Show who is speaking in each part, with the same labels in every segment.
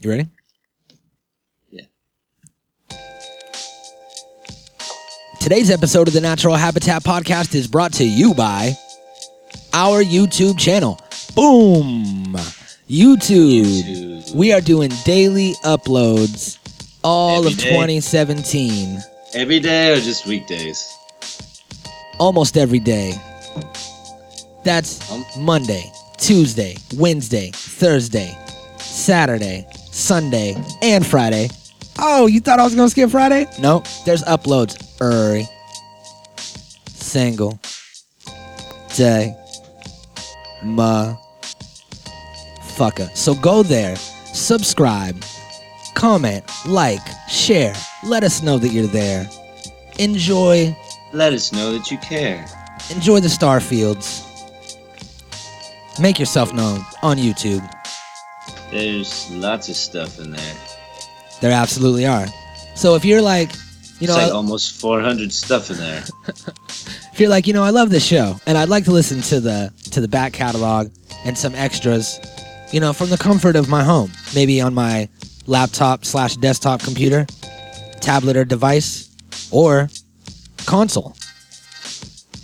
Speaker 1: You ready?
Speaker 2: Yeah.
Speaker 1: Today's episode of the Natural Habitat Podcast is brought to you by our YouTube channel. Boom! YouTube.
Speaker 2: YouTube.
Speaker 1: We are doing daily uploads all
Speaker 2: Every
Speaker 1: of
Speaker 2: day.
Speaker 1: 2017,
Speaker 2: Every day or just weekdays?
Speaker 1: almost every day. That's
Speaker 2: Um,
Speaker 1: Monday, Tuesday, Wednesday, Thursday, Saturday, Sunday, and Friday. Oh, you thought I was gonna skip Friday? No, there's uploads every single day. Ma fucker. So go there, subscribe, comment, like, share. Let us know that you're there. Enjoy
Speaker 2: Let us know that you care.
Speaker 1: enjoy the starfields make yourself known on youtube
Speaker 2: There's lots of stuff in there.
Speaker 1: there absolutely are so if you're like you know
Speaker 2: it's like
Speaker 1: I-
Speaker 2: almost 400 stuff in there.
Speaker 1: if you're like you know i love this show and i'd like to listen to the to the back catalog and some extras you know from the comfort of my home maybe on my laptop slash desktop computer tablet or device or console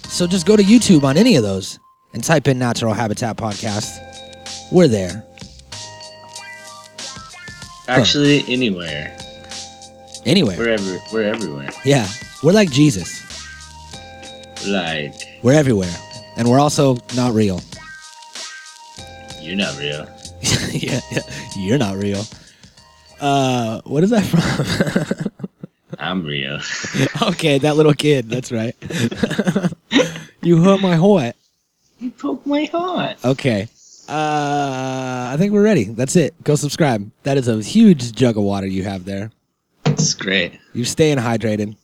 Speaker 1: so just go to youtube on any of those and type in natural habitat podcast we're there
Speaker 2: Actually, anywhere.
Speaker 1: anywhere
Speaker 2: We're, every- we're everywhere.
Speaker 1: Yeah, we're like Jesus.
Speaker 2: Like,
Speaker 1: We're everywhere, and we're also not real.
Speaker 2: you're not real.
Speaker 1: yeah, yeah, you're not real. Uh, what is that from?
Speaker 2: I'm real.
Speaker 1: okay, that little kid. That's right. you hurt my heart.
Speaker 2: you broke my heart.
Speaker 1: Okay. Uh, I think we're ready. That's it. Go subscribe. That is a huge jug of water you have there.
Speaker 2: It's great.
Speaker 1: You're staying hydrated.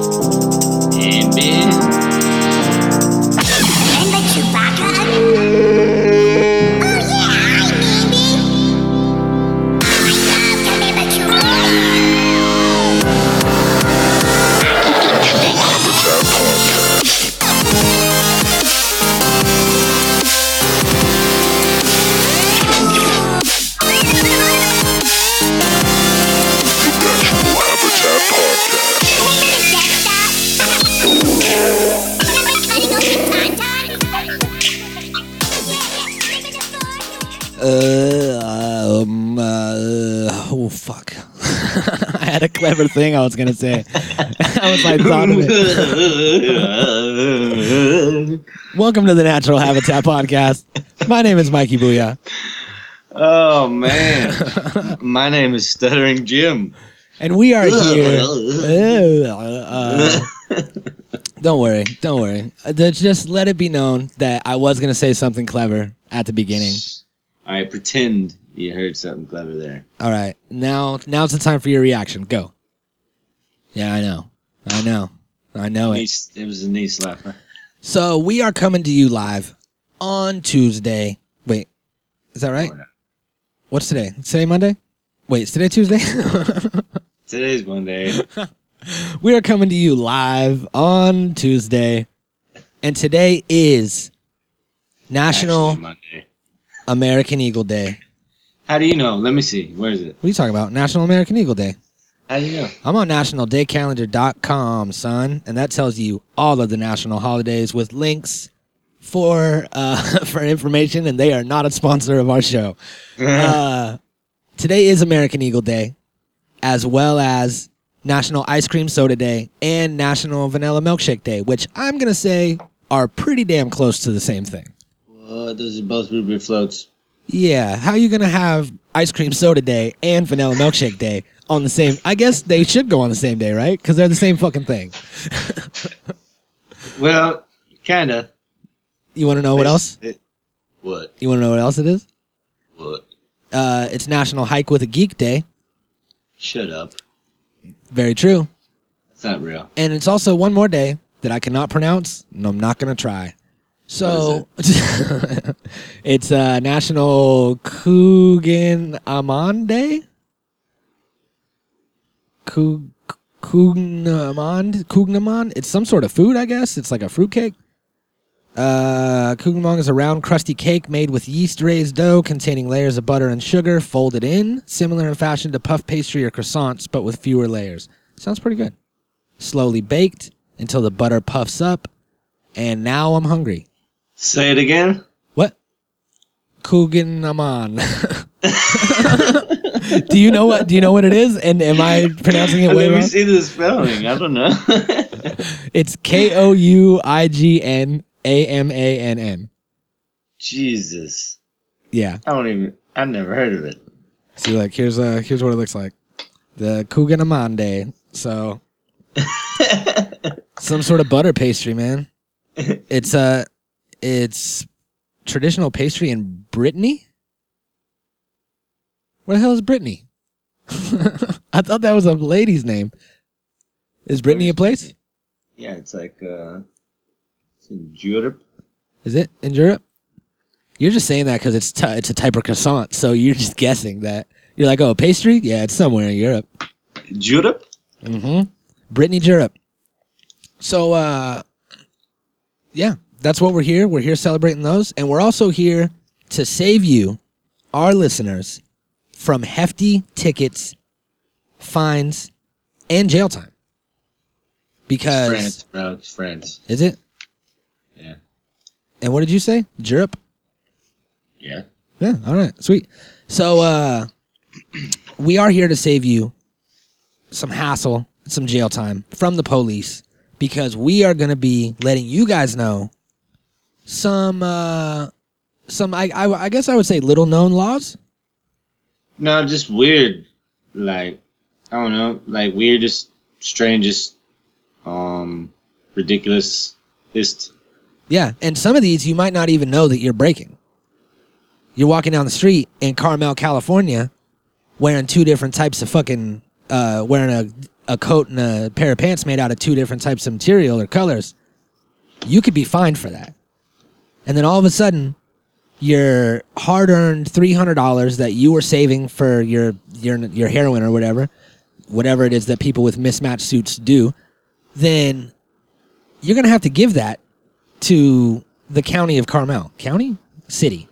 Speaker 2: And bitch,
Speaker 3: Remember Chewbacca? Oh yeah, I baby. I love to remember Chewbacca.
Speaker 1: Uh, um, uh, oh fuck! I had a clever thing I was gonna say. I was like, thought of it. Welcome to the Natural Habitat Podcast. My name is Mikey Booyah.
Speaker 2: oh, man. my name is Stuttering Jim.
Speaker 1: and we are here. Uh, don't worry, don't worry. Uh, that's- Just let it be known that I was gonna say something clever at the beginning.
Speaker 2: All right, pretend you heard something clever there.
Speaker 1: All right, now now's the time for your reaction. Go. Yeah, I know, I know, I know it.
Speaker 2: Nice- It was a knee slapper.
Speaker 1: So we are coming to you live on Tuesday. Wait, is that right? What's today? Is today Monday? Wait, is today Tuesday?
Speaker 2: Today's one day.
Speaker 1: we are coming to you live on Tuesday. And today is National
Speaker 2: Actually, Monday.
Speaker 1: American Eagle Day.
Speaker 2: How do you know? Let me see. Where is it?
Speaker 1: What are you talking about? National American Eagle Day.
Speaker 2: How do you know?
Speaker 1: I'm on nationaldaycalendar.com, son, and that tells you all of the national holidays with links for uh, for information, and they are not a sponsor of our show. uh, today is American Eagle Day, as well as National Ice Cream Soda Day and National Vanilla Milkshake Day, which I'm gonna say are pretty damn close to the same thing.
Speaker 2: Well, Uh, those are both blueberry floats.
Speaker 1: Yeah, how you gonna have ice cream soda day and vanilla milkshake day on the same? I guess they should go on the same day, right? Because they're the same fucking thing.
Speaker 2: Well, kinda.
Speaker 1: You want to know what else?
Speaker 2: It- what?
Speaker 1: You want to know what else it is?
Speaker 2: What?
Speaker 1: Uh, it's National Hike with a Geek Day.
Speaker 2: Shut up.
Speaker 1: Very true.
Speaker 2: That's not real.
Speaker 1: And it's also one more day that I cannot pronounce, and I'm not gonna try. So it's uh, National Coogan Amon Day. Kug- Kugnamon. Kugnamon. It's some sort of food, I guess. It's like a fruitcake. Uh, Kugnamon is a round, crusty cake made with yeast raised dough containing layers of butter and sugar folded in, similar in fashion to puff pastry or croissants, but with fewer layers. Sounds pretty good. Slowly baked until the butter puffs up, and now I'm hungry.
Speaker 2: Say it again.
Speaker 1: What? Kuginaman. do you know what? Do you know what it is? And am I pronouncing it
Speaker 2: Let
Speaker 1: way
Speaker 2: me
Speaker 1: wrong?
Speaker 2: see the spelling. I don't know.
Speaker 1: It's K O U I G N A M A N N.
Speaker 2: Jesus.
Speaker 1: Yeah.
Speaker 2: I don't even. I've never heard of it.
Speaker 1: See, like here's uh here's what it looks like. The Kuginamande. So some sort of butter pastry, man. It's uh it's traditional pastry in Brittany. Where the hell is Brittany? I thought that was a lady's name. Is Brittany a place?
Speaker 2: Yeah, it's like uh, it's in Europe.
Speaker 1: Is it in Europe? You're just saying that because it's t- it's a type of croissant, so you're just guessing that. You're like, oh, pastry? Yeah, it's somewhere in Europe.
Speaker 2: Europe.
Speaker 1: hmm Brittany Europe. So, uh, yeah, that's what we're here. We're here celebrating those, and we're also here to save you, our listeners, from hefty tickets, fines, and jail time. Because
Speaker 2: France, bro. It's France.
Speaker 1: is it?
Speaker 2: Yeah.
Speaker 1: And what did you say? Europe.
Speaker 2: Yeah.
Speaker 1: Yeah. All right. Sweet. So uh, we are here to save you some hassle, some jail time from the police because we are going to be letting you guys know some uh, some I, I I guess I would say little known laws.
Speaker 2: No, just weird. Like I don't know. Like weirdest, strangest, um, ridiculous. Just
Speaker 1: Yeah, and some of these you might not even know that you're breaking. You're walking down the street in Carmel, California, wearing two different types of fucking, uh, wearing a, a coat and a pair of pants made out of two different types of material or colors. You could be fined for that. And then all of a sudden, your hard earned $300 that you were saving for your, your, your heroin or whatever, whatever it is that people with mismatched suits do, then you're going to have to give that to the county of Carmel. County? City.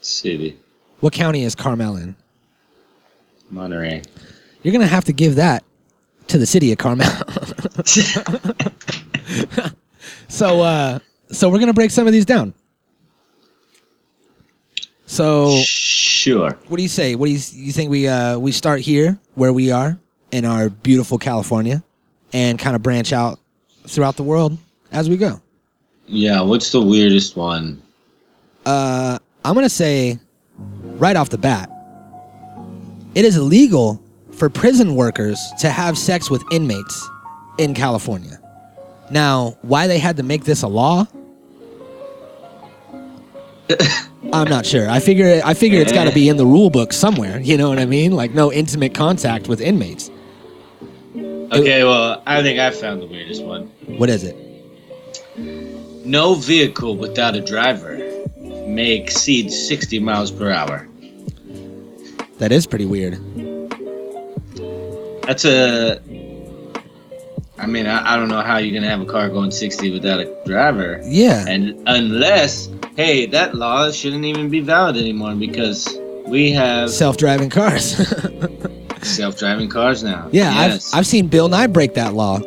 Speaker 2: city,
Speaker 1: What county is Carmel in?
Speaker 2: Monterey.
Speaker 1: You're going to have to give that to the city of Carmel. so uh so we're going to break some of these down. So
Speaker 2: Sure.
Speaker 1: what do you say? What do you you think we uh we start here where we are in our beautiful California and kind of branch out throughout the world as we go?
Speaker 2: Yeah. What's the weirdest one?
Speaker 1: uh, I'm gonna say right off the bat, it is illegal for prison workers to have sex with inmates in California. Now, why they had to make this a law? I'm not sure. I figure I figure it's got to be in the rule book somewhere. You know what I mean? Like no intimate contact with inmates.
Speaker 2: Okay. Well, I think I found the weirdest one.
Speaker 1: What is it?
Speaker 2: No vehicle without a driver may exceed 60 miles per hour.
Speaker 1: That is pretty weird.
Speaker 2: That's a. I mean, I, I don't know how you can have a car going 60 without a driver.
Speaker 1: Yeah.
Speaker 2: And unless, hey, that law shouldn't even be valid anymore because we have
Speaker 1: Self-driving cars.
Speaker 2: self driving cars now.
Speaker 1: yeah,
Speaker 2: Yes.
Speaker 1: I've I've seen Bill Nye break that law.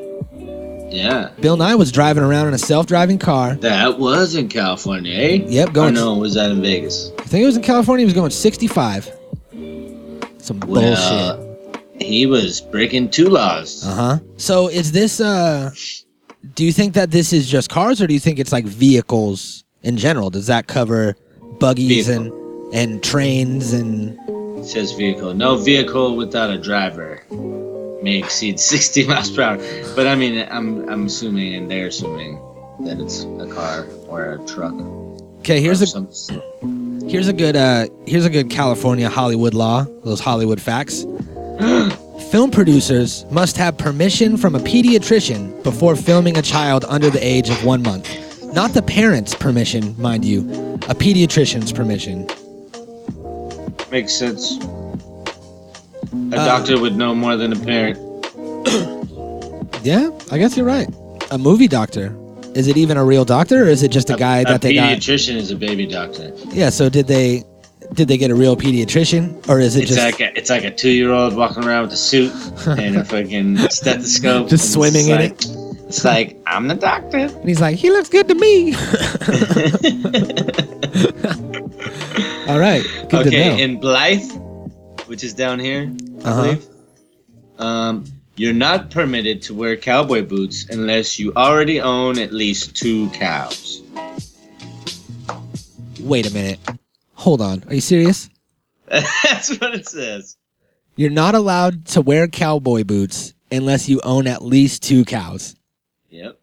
Speaker 2: yeah.
Speaker 1: Bill Nye was driving around in a self-driving car.
Speaker 2: That was in California, eh?
Speaker 1: Yep, going-
Speaker 2: Or no, was that in Vegas?
Speaker 1: I think it was in California. He was going 65. Some bullshit.
Speaker 2: Well, he was breaking two laws.
Speaker 1: Uh huh. So is this? uh Do you think that this is just cars, or do you think it's like vehicles in general? Does that cover buggies and and trains and?
Speaker 2: It says vehicle. No vehicle without a driver may exceed 60 miles per hour. But I mean, I'm I'm assuming, and they're assuming that it's a car or a truck.
Speaker 1: Okay, here's
Speaker 2: or
Speaker 1: a
Speaker 2: some sort.
Speaker 1: here's a good uh here's a good California Hollywood law. Those Hollywood facts. Film producers must have permission from a pediatrician before filming a child under the age of one month. Not the parents' permission, mind you, a pediatrician's permission.
Speaker 2: makes sense.
Speaker 1: Uh,
Speaker 2: A doctor would know more than a parent.
Speaker 1: Yeah, I guess you're right. A movie doctor. Is it even a real doctor, or is it just a guy that they got?
Speaker 2: pediatrician is a baby doctor.
Speaker 1: Yeah. So did they did they get a real pediatrician, or is it
Speaker 2: It's
Speaker 1: just
Speaker 2: like a, it's like a two year old walking around with a suit and a fucking stethoscope.
Speaker 1: Just
Speaker 2: and it's
Speaker 1: swimming in
Speaker 2: like- It's like I'm the doctor.
Speaker 1: And he's like, he looks good to me. All right. Good
Speaker 2: okay,
Speaker 1: to know.
Speaker 2: in Blythe, which is down here,
Speaker 1: Uh-huh.
Speaker 2: I believe. Um, you're not permitted to wear cowboy boots unless you already own at least two cows.
Speaker 1: Wait a minute. Hold on. Are you serious?
Speaker 2: That's what it says.
Speaker 1: You're not allowed to wear cowboy boots unless you own at least two cows.
Speaker 2: Yep.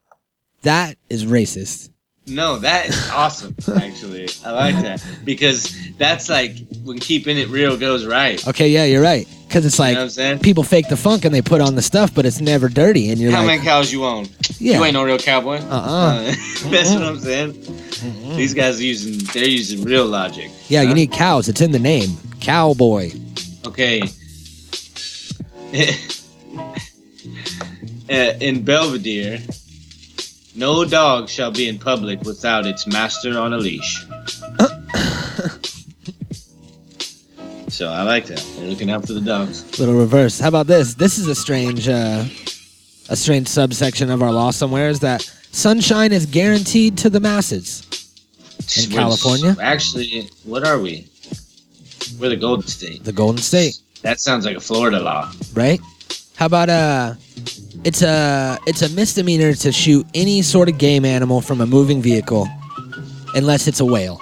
Speaker 1: That is racist.
Speaker 2: No, that is awesome. Actually, I like that because that's like when keeping it real goes right.
Speaker 1: Okay, yeah, you're right. Because it's
Speaker 2: You
Speaker 1: like
Speaker 2: know what I'm saying?
Speaker 1: people fake the funk and they put on the stuff, but it's never dirty. And you're
Speaker 2: How
Speaker 1: like,
Speaker 2: many cows you own?
Speaker 1: yeah,
Speaker 2: You ain't no real cowboy.
Speaker 1: Uh-uh. Mm-hmm.
Speaker 2: that's what I'm saying. These guys are using they're using real logic.
Speaker 1: yeah, you
Speaker 2: Huh?
Speaker 1: need cows. It's in the name, cowboy.
Speaker 2: Okay. Uh, in Belvedere, no dog shall be in public without its master on a leash. so I like that. They're looking out for the dogs.
Speaker 1: little reverse. How about this? This is a strange, uh, a strange subsection of our law somewhere is that sunshine is guaranteed to the masses. In
Speaker 2: We're s-
Speaker 1: California?
Speaker 2: Actually, what are we? We're the Golden State.
Speaker 1: The Golden State,
Speaker 2: That sounds like a Florida law.
Speaker 1: right? How about uh, it's a it's a misdemeanor to shoot any sort of game animal from a moving vehicle, unless it's a whale.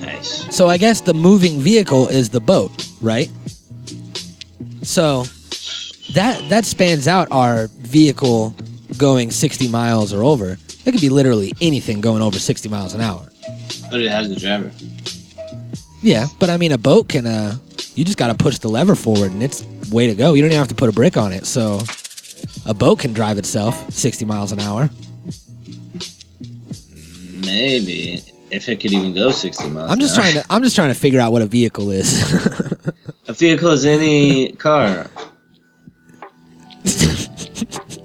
Speaker 2: Nice.
Speaker 1: So I guess the moving vehicle is the boat, right? So that that spans out our vehicle going 60 miles or over. It could be literally anything going over 60 miles an hour.
Speaker 2: But it has the driver.
Speaker 1: Yeah, but I mean a boat can uh you just got to push the lever forward and it's way to go. You don't even have to put a brick on it. So a boat can drive itself 60 miles an hour.
Speaker 2: Maybe if it could even go 60 miles.
Speaker 1: I'm just
Speaker 2: an hour.
Speaker 1: trying to I'm just trying to figure out what a vehicle is.
Speaker 2: A vehicle is any car.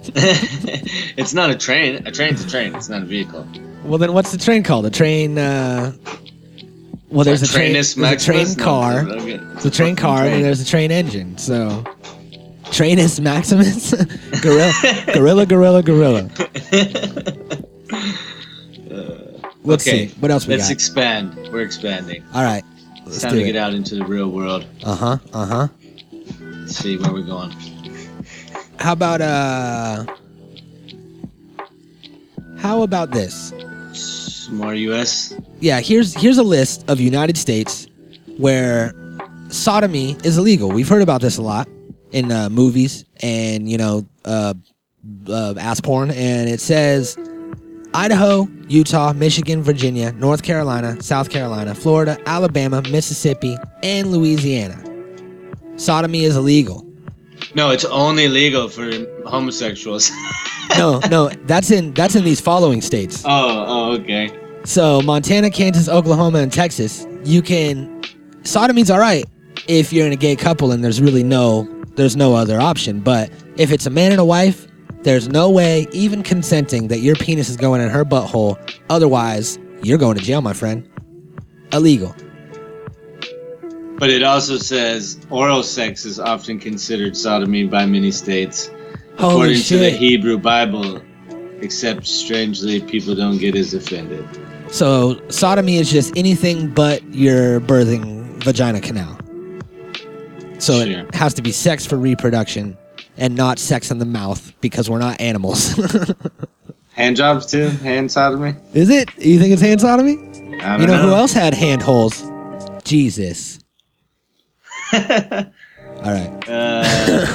Speaker 2: it's not a train. A train's a train. It's not a vehicle.
Speaker 1: Well, then what's the train called? The train. Uh, well, there's a train.
Speaker 2: Trainus
Speaker 1: There's a train
Speaker 2: Maximus? No,
Speaker 1: car.
Speaker 2: it's okay.
Speaker 1: It's a train
Speaker 2: fucking
Speaker 1: car, and there's a train engine. So, Trainus Maximus, gorilla, gorilla, gorilla, gorilla. Let's
Speaker 2: okay.
Speaker 1: see what else we
Speaker 2: Let's
Speaker 1: got.
Speaker 2: expand. We're expanding.
Speaker 1: All right,
Speaker 2: It's
Speaker 1: let's
Speaker 2: time
Speaker 1: do
Speaker 2: to get
Speaker 1: it.
Speaker 2: out into the real world.
Speaker 1: Uh huh. Uh huh.
Speaker 2: Let's see where we're going.
Speaker 1: How about uh? How about this?
Speaker 2: S- More U.S.
Speaker 1: Yeah, here's here's a list of United States where sodomy is illegal. We've heard about this a lot in uh, movies and you know uh, uh, ass porn, and it says Idaho, Utah, Michigan, Virginia, North Carolina, South Carolina, Florida, Alabama, Mississippi, and Louisiana. Sodomy is illegal.
Speaker 2: No, it's only legal for homosexuals.
Speaker 1: No, no, that's in that's in these following states.
Speaker 2: oh, oh, okay.
Speaker 1: So Montana, Kansas, Oklahoma, and Texas, you can sodomy's all right if you're in a gay couple and there's really no there's no other option. But if it's a man and a wife, there's no way even consenting that your penis is going in her butthole. Otherwise, you're going to jail, my friend. Illegal.
Speaker 2: But it also says oral sex is often considered sodomy by many states,
Speaker 1: Holy
Speaker 2: according to the
Speaker 1: shit.
Speaker 2: Hebrew Bible. Except strangely, people don't get as offended.
Speaker 1: so sodomy is just anything but your birthing vagina canal. So
Speaker 2: Sure.
Speaker 1: it has to be sex for reproduction and not sex in the mouth because we're not animals.
Speaker 2: Hand jobs too? Hand sodomy?
Speaker 1: Is it? You think it's hand sodomy?
Speaker 2: I don't
Speaker 1: You know, who else had hand holes? Jesus. All right.
Speaker 2: Uh,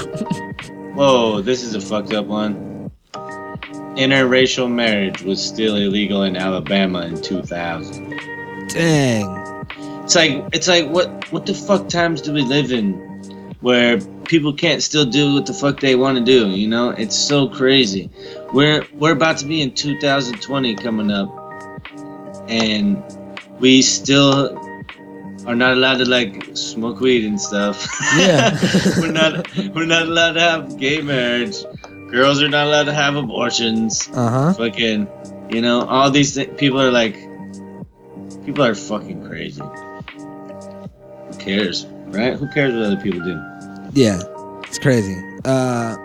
Speaker 2: whoa, this is a fucked up one. Interracial marriage was still illegal in Alabama in 2000.
Speaker 1: Dang.
Speaker 2: It's like it's like what what the fuck times do we live in, where people can't still do what the fuck they want to do? You know, it's so crazy. We're we're about to be in 2020 coming up, and we still are not allowed to like smoke weed and stuff.
Speaker 1: Yeah.
Speaker 2: we're not we're not allowed to have gay marriage. Girls are not allowed to have abortions.
Speaker 1: Uh huh.
Speaker 2: Fucking, you know, all these thi- people are like, people are fucking crazy. Who cares, right? Who cares what other people do?
Speaker 1: Yeah. It's crazy. Uh,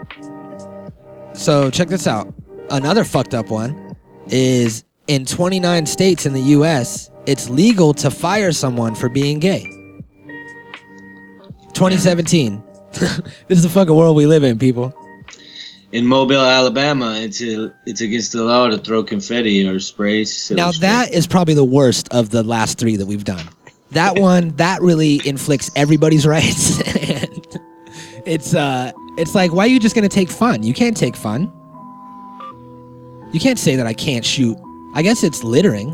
Speaker 1: so check this out. Another fucked up one is in 29 states in the U.S. It's legal to fire someone for being gay. 2017. this is the fucking world we live in, people.
Speaker 2: In Mobile, Alabama, it's a, it's against the law to throw confetti or spray. silly
Speaker 1: Now
Speaker 2: spray.
Speaker 1: that is probably the worst of the last three that we've done. That one that really inflicts everybody's rights. and it's uh, it's like why are you just gonna take fun? You can't take fun. You can't say that I can't shoot. I guess it's littering.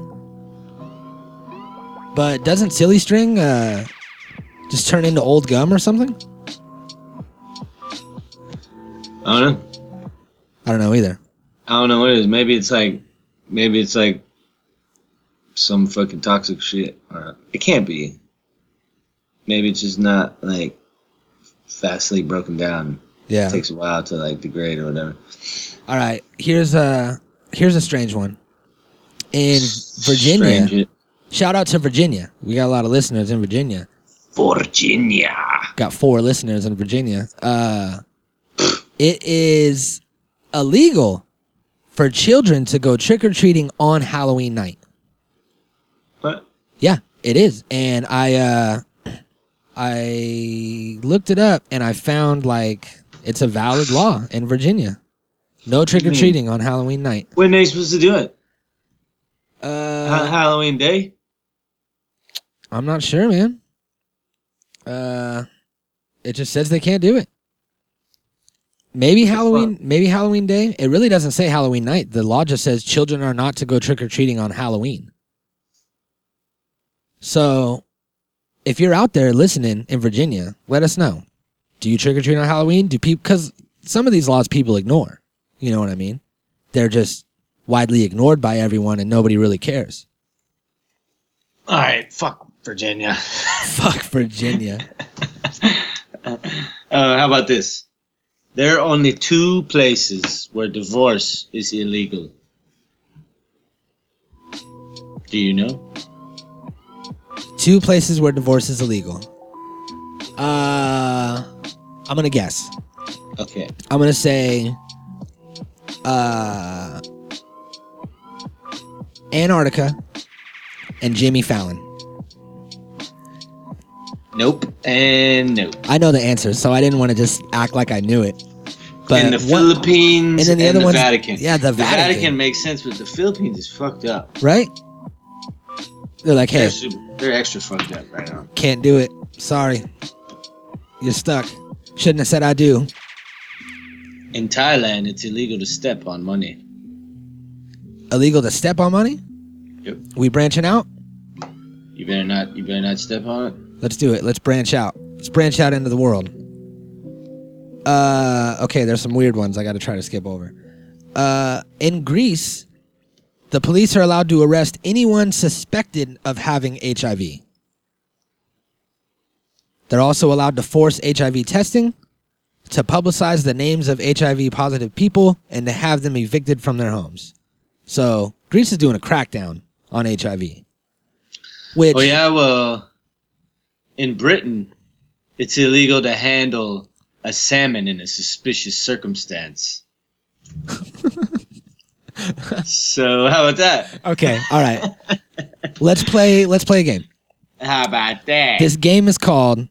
Speaker 1: But doesn't silly string uh, just turn into old gum or something?
Speaker 2: I don't know.
Speaker 1: I don't know either.
Speaker 2: I don't know what it is. Maybe it's like, maybe it's like some fucking toxic shit. Or it can't be. Maybe it's just not like fastly broken down.
Speaker 1: Yeah.
Speaker 2: It takes a while to like degrade or whatever.
Speaker 1: All right. Here's a here's a strange one. In Virginia.
Speaker 2: Strange.
Speaker 1: Shout out to Virginia. We got a lot of listeners in Virginia.
Speaker 2: Virginia.
Speaker 1: Got four listeners in Virginia. Uh, it is illegal for children to go trick or treating on Halloween night.
Speaker 2: What?
Speaker 1: Yeah, it is. And I uh I looked it up and I found like it's a valid law in Virginia. No trick or treating on Halloween night.
Speaker 2: When they supposed to do it? Ha-
Speaker 1: Uh,
Speaker 2: Halloween Day?
Speaker 1: I'm not sure, man. Uh, it just says they can't do it. Maybe Halloween, maybe Halloween Day. It really doesn't say Halloween night. The law just says children are not to go trick or treating on Halloween. So, if you're out there listening in Virginia, let us know. Do you trick or treat on Halloween? Do people because some of these laws people ignore. You know what I mean? They're just widely ignored by everyone, and nobody really cares.
Speaker 2: All right, fuck Virginia.
Speaker 1: Fuck Virginia.
Speaker 2: Uh, how about this? There are only two places where divorce is illegal. Do you know?
Speaker 1: Two places where divorce is illegal. Uh, I'm gonna guess.
Speaker 2: Okay.
Speaker 1: I'm gonna say, uh, Antarctica and Jimmy Fallon.
Speaker 2: Nope. And nope.
Speaker 1: I know the answer, so I didn't want to just act like I knew it. But
Speaker 2: and the
Speaker 1: one-
Speaker 2: Philippines
Speaker 1: and then the other one's-
Speaker 2: Vatican.
Speaker 1: yeah, the
Speaker 2: The
Speaker 1: Vatican.
Speaker 2: Vatican makes sense, but the Philippines is fucked up.
Speaker 1: right? They're like, hey,
Speaker 2: They're, super, they're extra fucked up right now.
Speaker 1: can't do it. Sorry, you're stuck. Shouldn't have said I do.
Speaker 2: In Thailand, it's illegal to step on money.
Speaker 1: Illegal to step on money.
Speaker 2: Yep.
Speaker 1: We branching out.
Speaker 2: You better not. You better not step on it.
Speaker 1: Let's do it. Let's branch out. Let's branch out into the world. Uh, okay, there's some weird ones I got to try to skip over. Uh, in Greece, the police are allowed to arrest anyone suspected of having HIV. They're also allowed to force HIV testing, to publicize the names of HIV positive people, and to have them evicted from their homes. So, Greece is doing a crackdown on HIV. Which,
Speaker 2: Oh yeah, well, in Britain, it's illegal to handle a salmon in a suspicious circumstance. so how about that?
Speaker 1: Okay. All right. let's play. Let's play a game.
Speaker 2: How about that?
Speaker 1: This game is called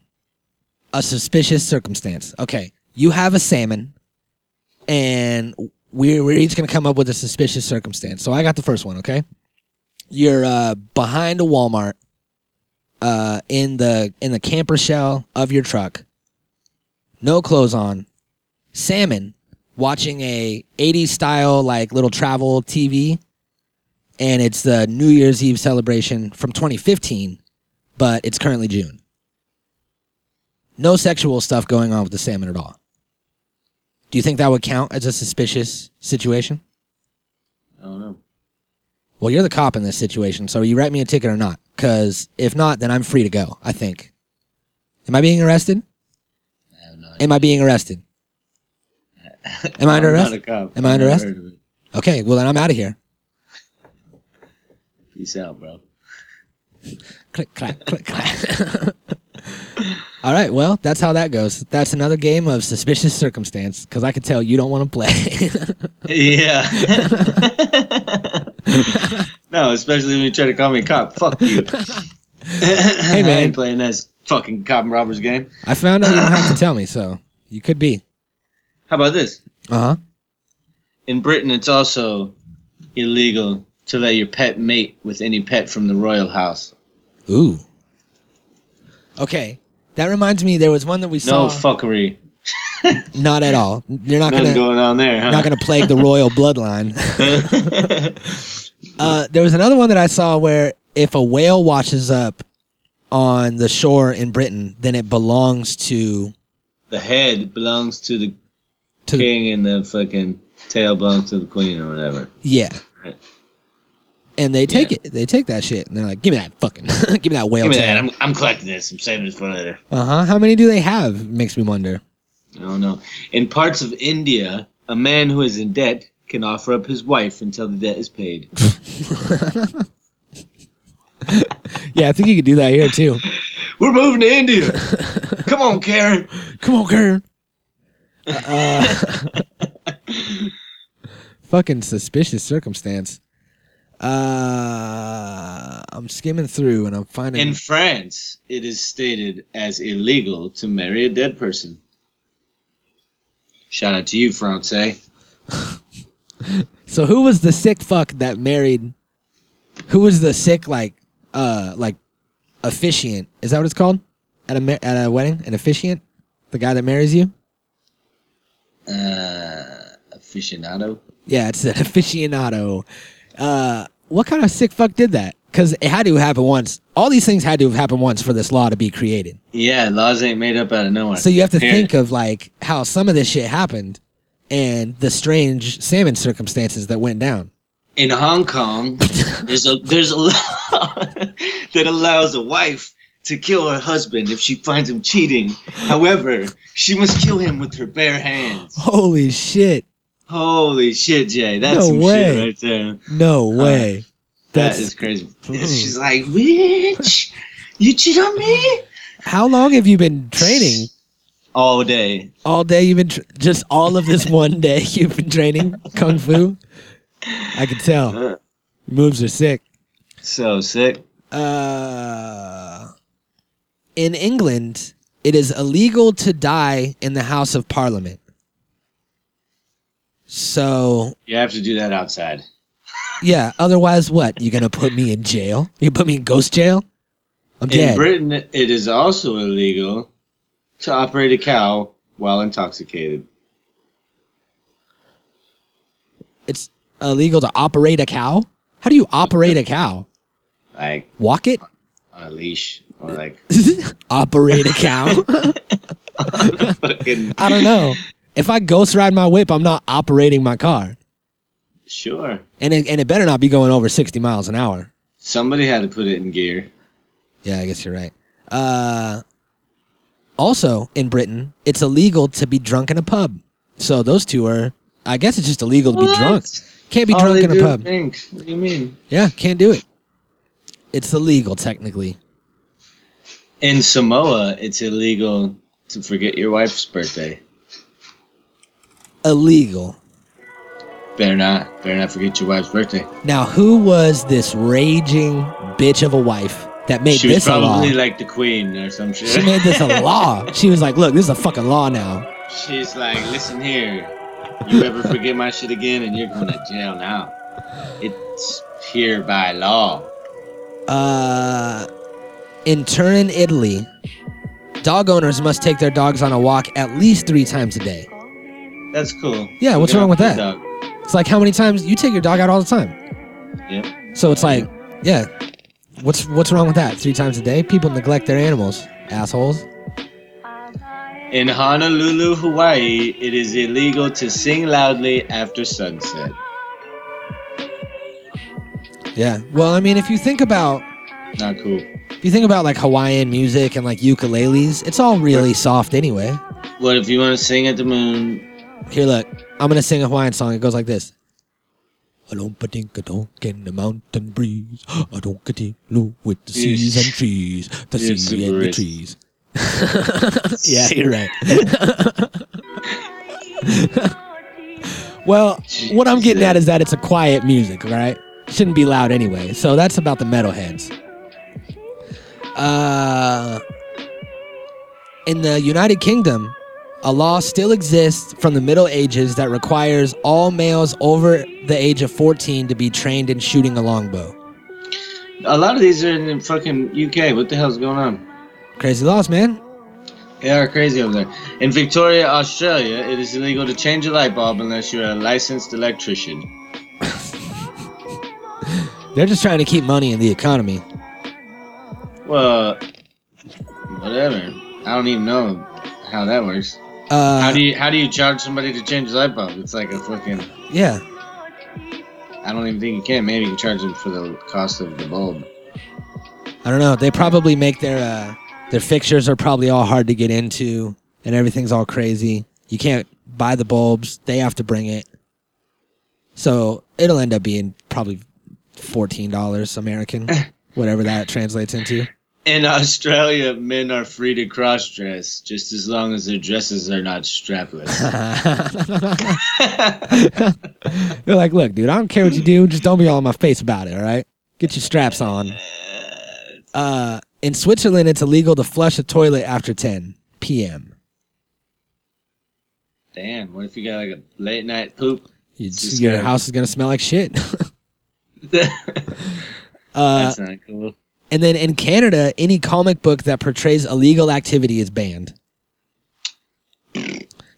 Speaker 1: a suspicious circumstance. Okay. You have a salmon, and we're we're each gonna come up with a suspicious circumstance. So I got the first one. Okay. You're uh, behind a Walmart, uh, in the in the camper shell of your truck. No clothes on, salmon, watching a '80s style like little travel TV and it's the New Year's Eve celebration from 2015, but it's currently June. No sexual stuff going on with the salmon at all. Do you think that would count as a suspicious situation?
Speaker 2: I don't know.
Speaker 1: well, you're the cop in this situation, so you write me a ticket or not? Because if not, then I'm free to go, I think. Am I being arrested?
Speaker 2: I have no idea.
Speaker 1: Am I being arrested? Am I under
Speaker 2: I'm
Speaker 1: arrest?
Speaker 2: Not a cop.
Speaker 1: Am I
Speaker 2: I've
Speaker 1: under
Speaker 2: never
Speaker 1: arrest?
Speaker 2: heard of it.
Speaker 1: Okay, well, then I'm out of here.
Speaker 2: Peace out, bro.
Speaker 1: Click, clack, click, clack. All right, well, that's how that goes. That's another game of suspicious circumstance because I could tell you don't want to play.
Speaker 2: Yeah. no, especially when you try to call me a cop. Fuck you. hey I
Speaker 1: man.
Speaker 2: ain't playing this fucking cop and robbers game.
Speaker 1: I found out you don't have to tell me, so you could be.
Speaker 2: How about this?
Speaker 1: Uh huh.
Speaker 2: In Britain, it's also illegal to let your pet mate with any pet from the royal house.
Speaker 1: Ooh. Okay, that reminds me. There was one that we saw.
Speaker 2: No fuckery.
Speaker 1: Not at all. You're not
Speaker 2: Nothing
Speaker 1: gonna
Speaker 2: going on there, huh?
Speaker 1: not gonna plague the royal bloodline. uh, there was another one that I saw where if a whale washes up on the shore in Britain, then it belongs to
Speaker 2: the head belongs to the
Speaker 1: to the
Speaker 2: king and the fucking tail belongs to the queen or whatever.
Speaker 1: Yeah.
Speaker 2: Right.
Speaker 1: And they take it. They take that shit, and they're like, "Give me that fucking, give me that whale
Speaker 2: Give me that.
Speaker 1: tail."
Speaker 2: I'm, I'm collecting this. I'm saving this for later.
Speaker 1: Uh huh. How many do they have? Makes me wonder.
Speaker 2: I don't know. In parts of India, a man who is in debt can offer up his wife until the debt is paid.
Speaker 1: Yeah, I think you could do that here too.
Speaker 2: We're moving to India. Come on, Karen.
Speaker 1: Come on, Karen. Uh, fucking suspicious circumstance. Uh, I'm skimming through and I'm finding.
Speaker 2: In France, it is stated as illegal to marry a dead person. Shout out to you, France.
Speaker 1: so who was the sick fuck that married? Who was the sick like, uh, like, officiant? Is that what it's called? At a ma- at a wedding, an officiant, the guy that marries you.
Speaker 2: Uh, aficionado.
Speaker 1: Yeah, it's an aficionado. Uh, what kind of sick fuck did that? Because it had to happen once. All these things had to have happened once for this law to be created.
Speaker 2: Yeah, laws ain't made up out of nowhere.
Speaker 1: So you have to
Speaker 2: Here.
Speaker 1: think of like how some of this shit happened and the strange salmon circumstances that went down.
Speaker 2: in Hong Kong, there's a there's a law that allows a wife to kill her husband if she finds him cheating. However, she must kill him with her bare hands.
Speaker 1: Holy shit.
Speaker 2: Holy shit, Jay! That's
Speaker 1: No
Speaker 2: some shit
Speaker 1: way.
Speaker 2: right there.
Speaker 1: No way.
Speaker 2: That's...
Speaker 1: That's
Speaker 2: crazy. She's like, bitch, you cheat on me
Speaker 1: how long have you been training?
Speaker 2: all day.
Speaker 1: All day you've been tr just all of this one day you've been training kung fu. I can tell. Your moves are sick.
Speaker 2: So sick.
Speaker 1: Uh, in England, it is illegal to die in the House of Parliament. So
Speaker 2: You have to do that outside.
Speaker 1: Yeah. Otherwise, what? You gonna put me in jail? You put me in ghost jail? I'm
Speaker 2: In
Speaker 1: dead.
Speaker 2: Britain, it is also illegal to operate a cow while intoxicated.
Speaker 1: it's illegal to operate a cow. How do you operate a cow?
Speaker 2: Like
Speaker 1: Walk it?
Speaker 2: on a leash or like
Speaker 1: operate a cow?
Speaker 2: fucking
Speaker 1: I don't know. If I ghost ride my whip, I'm not operating my car,
Speaker 2: sure
Speaker 1: and it, and it better not be going over 60 miles an hour.
Speaker 2: somebody had to put it in gear
Speaker 1: Yeah, I guess you're right. Uh, also in Britain, it's illegal to be drunk in a pub. So those two are, I guess, it's just illegal to be
Speaker 2: What?
Speaker 1: drunk. Can't be
Speaker 2: All
Speaker 1: drunk
Speaker 2: they
Speaker 1: in a
Speaker 2: do
Speaker 1: pub.
Speaker 2: is drink. what do you mean
Speaker 1: Yeah, can't do it. It's illegal technically.
Speaker 2: in samoa it's illegal to forget your wife's birthday
Speaker 1: Illegal.
Speaker 2: better not better not forget your wife's birthday
Speaker 1: Now, who was this raging bitch of a wife that made
Speaker 2: she was
Speaker 1: this a law?
Speaker 2: probably like the queen or some shit
Speaker 1: she made this a law. She was like, "Look, this is a fucking law now."
Speaker 2: she's like listen here you ever forget my shit again and you're going to jail now it's here by law
Speaker 1: Uh, in Turin, Italy, dog owners must take their dogs on a walk at least three times a day.
Speaker 2: that's cool
Speaker 1: Yeah, what's
Speaker 2: Look
Speaker 1: wrong with
Speaker 2: out for
Speaker 1: that?
Speaker 2: the dog.
Speaker 1: It's like how many times you take your dog out all the time.
Speaker 2: yeah
Speaker 1: So it's like, yeah, what's what's wrong with that? Three times a day, people neglect their animals, assholes.
Speaker 2: In Honolulu, Hawaii, it is illegal to sing loudly after sunset.
Speaker 1: Yeah. Well, I mean, if you think about
Speaker 2: Not cool.
Speaker 1: if you think about like Hawaiian music and like ukuleles, it's all really soft anyway.
Speaker 2: What if you want to sing at the moon?
Speaker 1: Here, look, I'm gonna sing a Hawaiian song. It goes like this. I don't think I don't in the mountain breeze. I don't get it low with the
Speaker 2: You're
Speaker 1: seas
Speaker 2: s-
Speaker 1: and trees, the
Speaker 2: you're
Speaker 1: sea
Speaker 2: super
Speaker 1: and the
Speaker 2: rich.
Speaker 1: trees. yeah, you're right. well, what I'm getting at is that it's a quiet music, right? Shouldn't be loud anyway. So that's about the metalheads. Uh, in the United Kingdom, a law still exists from the Middle Ages that requires all males over the age of 14 to be trained in shooting a longbow.
Speaker 2: A lot of these are in the fucking UK. What the hell's going on?
Speaker 1: Crazy laws, man.
Speaker 2: They are crazy over there. In Victoria, Australia, it is illegal to change a light bulb unless you're a licensed electrician.
Speaker 1: They're just trying to keep money in the economy.
Speaker 2: Well, whatever. I don't even know how that works.
Speaker 1: Uh,
Speaker 2: How do you how do you charge somebody to change a light bulb? It's like a fucking.
Speaker 1: yeah.
Speaker 2: I don't even think you can. Maybe you can charge them for the cost of the bulb.
Speaker 1: I don't know. They probably make their uh, their fixtures are probably all hard to get into, and everything's all crazy. You can't buy the bulbs; they have to bring it. So it'll end up being probably fourteen dollars American, whatever that translates into.
Speaker 2: In Australia, men are free to cross dress just as long as their dresses are not strapless.
Speaker 1: They're like, "Look, dude, I don't care what you do. Just don't be all in my face about it. All right, get your straps on." Uh, in Switzerland, it's illegal to flush a toilet after ten p.m.
Speaker 2: Damn, what if you got like a late night poop?
Speaker 1: You just-
Speaker 2: just
Speaker 1: your
Speaker 2: gonna-
Speaker 1: house is gonna smell like shit.
Speaker 2: That's
Speaker 1: uh,
Speaker 2: not cool.
Speaker 1: and then in Canada, any comic book that portrays illegal activity is banned.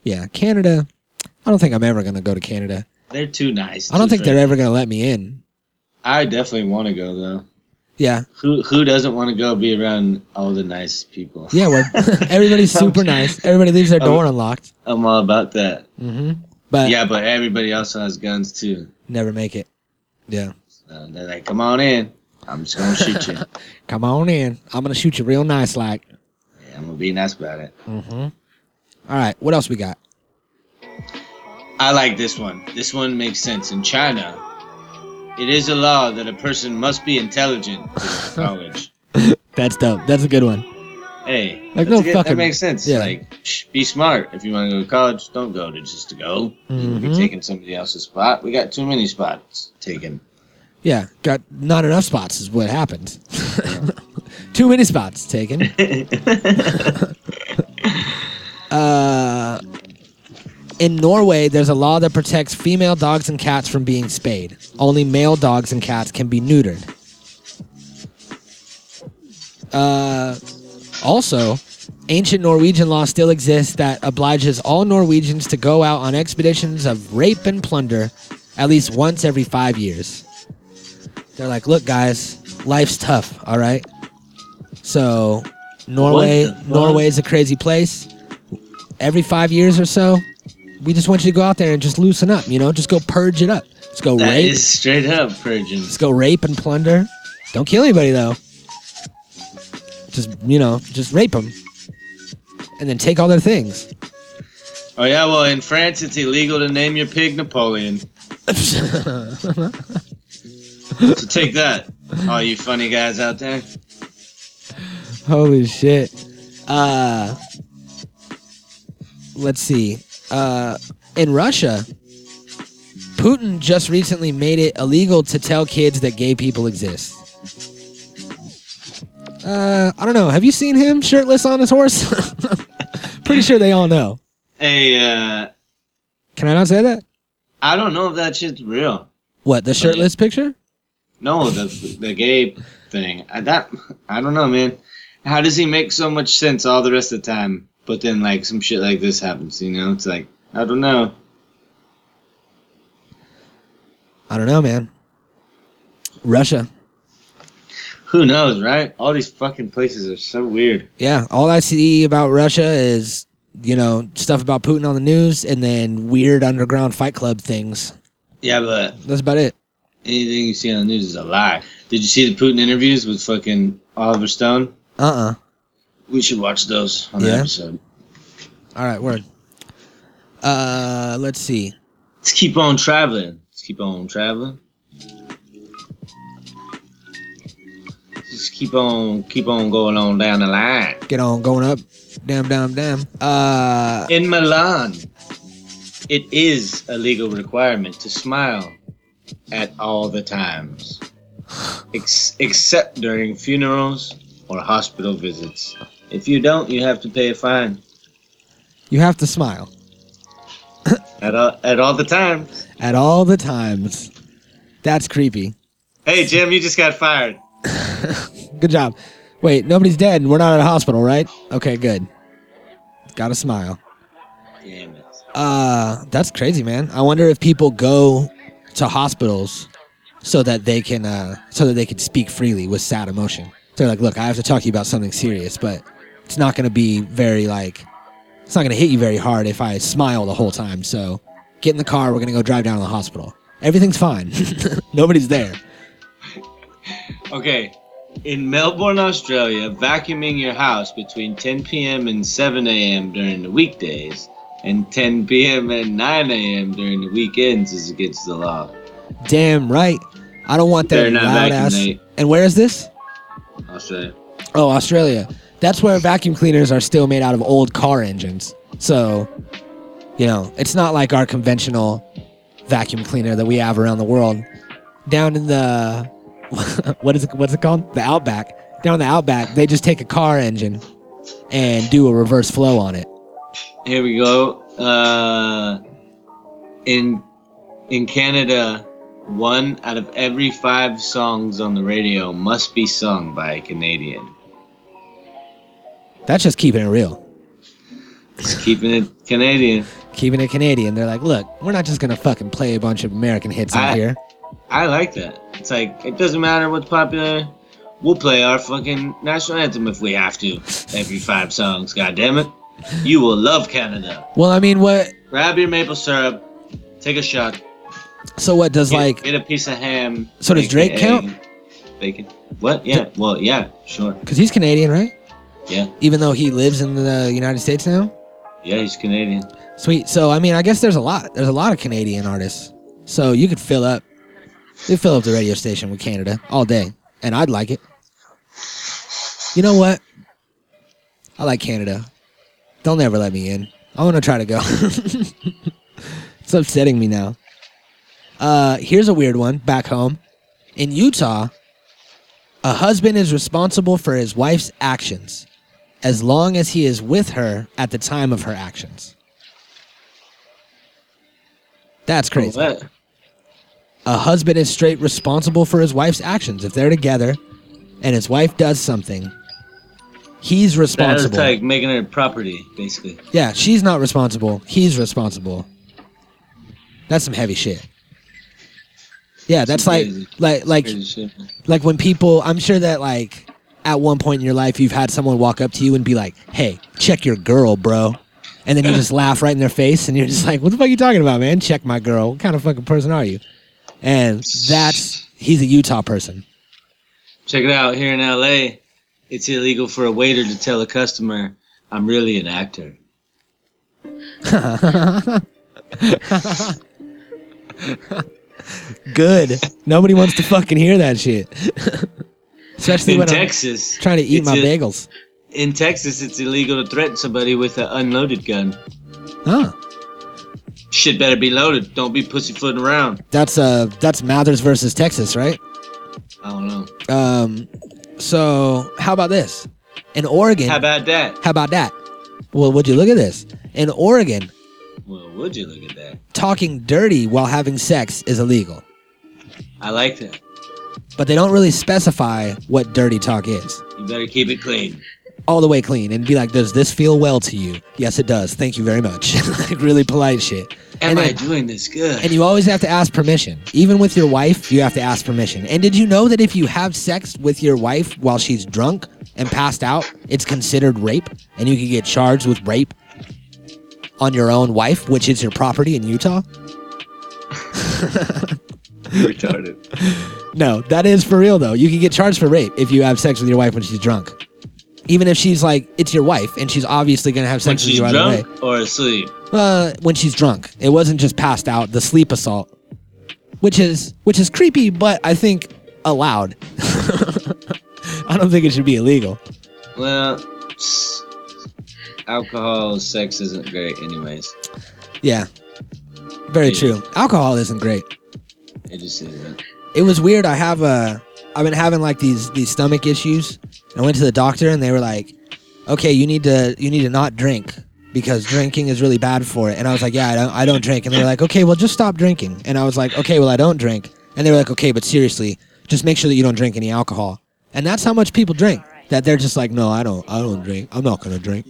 Speaker 1: Yeah, Canada. I don't think I'm ever gonna go to Canada.
Speaker 2: They're too nice.
Speaker 1: I don't
Speaker 2: too
Speaker 1: think they're
Speaker 2: friendly.
Speaker 1: ever gonna let me in.
Speaker 2: I definitely want to go though.
Speaker 1: Yeah,
Speaker 2: Who who doesn't want to go be around all the nice people?
Speaker 1: yeah. Well, everybody's super nice. Everybody leaves their door unlocked.
Speaker 2: I'm all about that.
Speaker 1: hmm But
Speaker 2: Oh. Mm-hmm. Yeah, but everybody also has guns too.
Speaker 1: never make it. Yeah.
Speaker 2: So they're like, come on in. I'm just gonna shoot you.
Speaker 1: Come on in. I'm gonna shoot you real nice, like.
Speaker 2: Yeah, I'm gonna be nice about it.
Speaker 1: All right. What else we got?
Speaker 2: I like this one. This one makes sense. In China, it is a law that a person must be intelligent to go to college.
Speaker 1: That's dope. That's a good one.
Speaker 2: Hey,
Speaker 1: Like,
Speaker 2: that's
Speaker 1: no
Speaker 2: a good-
Speaker 1: fucking-
Speaker 2: that makes sense.
Speaker 1: yeah.
Speaker 2: Like, psh, be smart. If you want to go to college, don't go to just to go. You'll be
Speaker 1: Mhm.
Speaker 2: taking somebody else's spot. We got too many spots taken.
Speaker 1: Yeah, got not enough spots is what happened. Too many spots taken. uh, in Norway, there's a law that protects female dogs and cats from being spayed. Only male dogs and cats can be neutered. Uh, also, ancient Norwegian law still exists that obliges all Norwegians to go out on expeditions of rape and plunder at least once every five years they're like, look, guys, life's tough, all right? So, Norway,
Speaker 2: What the fuck?
Speaker 1: Norway's a crazy place. Every five years or so, we just want you to go out there and just loosen up, you know? Just go purge it up. Let's go
Speaker 2: That
Speaker 1: rape.
Speaker 2: is straight up purging.
Speaker 1: Let's go rape and plunder. Don't kill anybody, though. Just, you know, just rape them. And then take all their things.
Speaker 2: Oh yeah, well in France it's illegal to name your pig Napoleon. So take that, all you funny guys out there.
Speaker 1: Holy shit. Uh let's see. Uh in Russia, Putin just recently made it illegal to tell kids that gay people exist. Uh I don't know. Have you seen him shirtless on his horse? Pretty sure they all know.
Speaker 2: Hey, uh,
Speaker 1: Can I not say that?
Speaker 2: I don't know if that shit's real.
Speaker 1: What, the shirtless picture?
Speaker 2: No, the the gay thing. I, that I don't know, man. How does he make so much sense all the rest of the time? But then like some shit like this happens, you know? It's like I don't know.
Speaker 1: I don't know, man. Russia.
Speaker 2: Who knows, right? All these fucking places are so weird.
Speaker 1: Yeah, all I see about Russia is you know stuff about Putin on the news, and then weird underground fight club things.
Speaker 2: Yeah, but
Speaker 1: That's about it.
Speaker 2: anything you see on the news is a lie. Did you see the Putin interviews with fucking Oliver Stone?
Speaker 1: Uh uh
Speaker 2: We should watch those on
Speaker 1: Yeah.
Speaker 2: the episode.
Speaker 1: All right, word. Uh, let's see.
Speaker 2: Let's keep on traveling. Let's keep on traveling. Just keep on, keep on going on down the line.
Speaker 1: Get on, going up. Damn, damn, damn. Uh,
Speaker 2: In Milan, it is a legal requirement to smile at all the times, ex- except during funerals or hospital visits. If you don't, you have to pay a fine
Speaker 1: you have to smile
Speaker 2: at all, at all the times.
Speaker 1: at all the times. That's creepy.
Speaker 2: Hey, Jim, you just got fired.
Speaker 1: Good job. Wait, nobody's dead. and We're not at a hospital, right? Okay, good. Gotta smile.
Speaker 2: Damn it.
Speaker 1: Uh, that's crazy, man. I wonder if people go to hospitals so that they can uh, so that they can speak freely with sad emotion. They're like, look, I have to talk to you about something serious, but it's not going to be very like it's not going to hit you very hard if I smile the whole time. So get in the car. We're going to go drive down to the hospital. Everything's fine. Nobody's there.
Speaker 2: Okay. In Melbourne, Australia, vacuuming your house between 10 p.m. and 7 a.m. during the weekdays and 10 p.m. and 9 a.m. during the weekends is against the law.
Speaker 1: Damn right. I don't want
Speaker 2: Better
Speaker 1: that
Speaker 2: not
Speaker 1: loud
Speaker 2: vacuum,
Speaker 1: ass.
Speaker 2: Nate.
Speaker 1: And where is this?
Speaker 2: Australia.
Speaker 1: Oh, Australia. That's where vacuum cleaners are still made out of old car engines. So, you know, it's not like our conventional vacuum cleaner that we have around the world. Down in the what is it what's it called? The Outback. Down in the Outback, they just take a car engine and do a reverse flow on it.
Speaker 2: Here we go. Uh, in in Canada, one out of every five songs on the radio must be sung by a Canadian.
Speaker 1: That's just keeping it real.
Speaker 2: Just keeping it Canadian.
Speaker 1: Keeping it Canadian. They're like, look, we're not just gonna fucking play a bunch of American hits out
Speaker 2: I-
Speaker 1: here.
Speaker 2: I like that. It's like it doesn't matter what's popular. We'll play our fucking national anthem if we have to. Every five songs, God damn it! You will love Canada.
Speaker 1: Well, I mean what
Speaker 2: Grab your maple syrup, take a shot,
Speaker 1: so what does
Speaker 2: get,
Speaker 1: like
Speaker 2: get a piece of ham.
Speaker 1: So does Drake
Speaker 2: aka
Speaker 1: count?
Speaker 2: Bacon. What? Yeah. Well, yeah. Sure.
Speaker 1: because he's Canadian, right?
Speaker 2: Yeah.
Speaker 1: Even though he lives in the United States now?
Speaker 2: Yeah, he's Canadian.
Speaker 1: Sweet. So I mean, I guess there's a lot. There's a lot of Canadian artists. So you could fill up. You could fill up the radio station with Canada all day, and I'd like it. You know what? I like Canada. They'll never let me in. I want to try to go. it's upsetting me now. Uh, here's a weird one. Back home, in Utah, a husband is responsible for his wife's actions, as long as he is with her at the time of her actions. That's crazy
Speaker 2: What?
Speaker 1: a husband is straight responsible for his wife's actions. If they're together and his wife does something, he's
Speaker 2: That is
Speaker 1: responsible.
Speaker 2: like making her property, basically.
Speaker 1: yeah, she's not responsible. He's responsible. That's some heavy shit. Yeah, that's like
Speaker 2: crazy.
Speaker 1: like like
Speaker 2: Crazy shit.
Speaker 1: like when people I'm sure that like at one point in your life you've had someone walk up to you and be like, "Hey, check your girl, bro." And then you just laugh right in their face and you're just like, "What the fuck are you talking about, man? Check my girl. What kind of fucking person are you?" And that's he's a Utah person.
Speaker 2: Check it out. Here in LA, it's illegal for a waiter to tell a customer, "I'm really an actor."
Speaker 1: Good. Nobody wants to fucking hear that shit. Especially
Speaker 2: In
Speaker 1: when
Speaker 2: Texas,
Speaker 1: I'm trying to eat
Speaker 2: it's
Speaker 1: my
Speaker 2: i-
Speaker 1: bagels.
Speaker 2: In Texas, it's illegal to threaten somebody with an unloaded gun.
Speaker 1: Huh.
Speaker 2: Shit better be loaded. Don't be pussyfooting around.
Speaker 1: That's uh that's Mathers versus Texas, right?
Speaker 2: I don't know.
Speaker 1: Um so how about this? In Oregon
Speaker 2: How about that?
Speaker 1: How about that? Well, would you look at this? In Oregon,
Speaker 2: Well, would you look at that?
Speaker 1: talking dirty while having sex is illegal,
Speaker 2: I like that.
Speaker 1: but they don't really specify what dirty talk is.
Speaker 2: You better keep it clean.
Speaker 1: All the way clean and be like, does this feel well to you? Yes, it does. Thank you very much. like really polite shit.
Speaker 2: Am
Speaker 1: and,
Speaker 2: I
Speaker 1: then-
Speaker 2: doing this good?
Speaker 1: and you always have to ask permission. Even with your wife, you have to ask permission. And did you know that if you have sex with your wife while she's drunk and passed out, it's considered rape and you can get charged with rape on your own wife, which is your property in Utah?
Speaker 2: retarded.
Speaker 1: No, that is for real though. You can get charged for rape if you have sex with your wife when she's drunk. Even if she's like, it's your wife, and she's obviously gonna have
Speaker 2: When
Speaker 1: sex with
Speaker 2: she's
Speaker 1: you right away.
Speaker 2: drunk or asleep.
Speaker 1: Uh, when she's drunk, it wasn't just passed out. The sleep assault, which is which is creepy, but I think allowed. I don't think it should be illegal.
Speaker 2: Well, s- alcohol, sex isn't great, anyways.
Speaker 1: Yeah, very
Speaker 2: Yeah.
Speaker 1: true. Alcohol isn't great.
Speaker 2: It just isn't.
Speaker 1: it was weird. I have a, I've been having like these these stomach issues. I went to the doctor and they were like, "Okay, you need to you need to not drink because drinking is really bad for it." And I was like, "Yeah, I don't, I don't drink." And they were like, "Okay, well just stop drinking." And I was like, "Okay, well I don't drink." And they were like, "Okay, but seriously, just make sure that you don't drink any alcohol." And that's how much people drink. That they're just like, "No, I don't, I don't drink. I'm not gonna drink."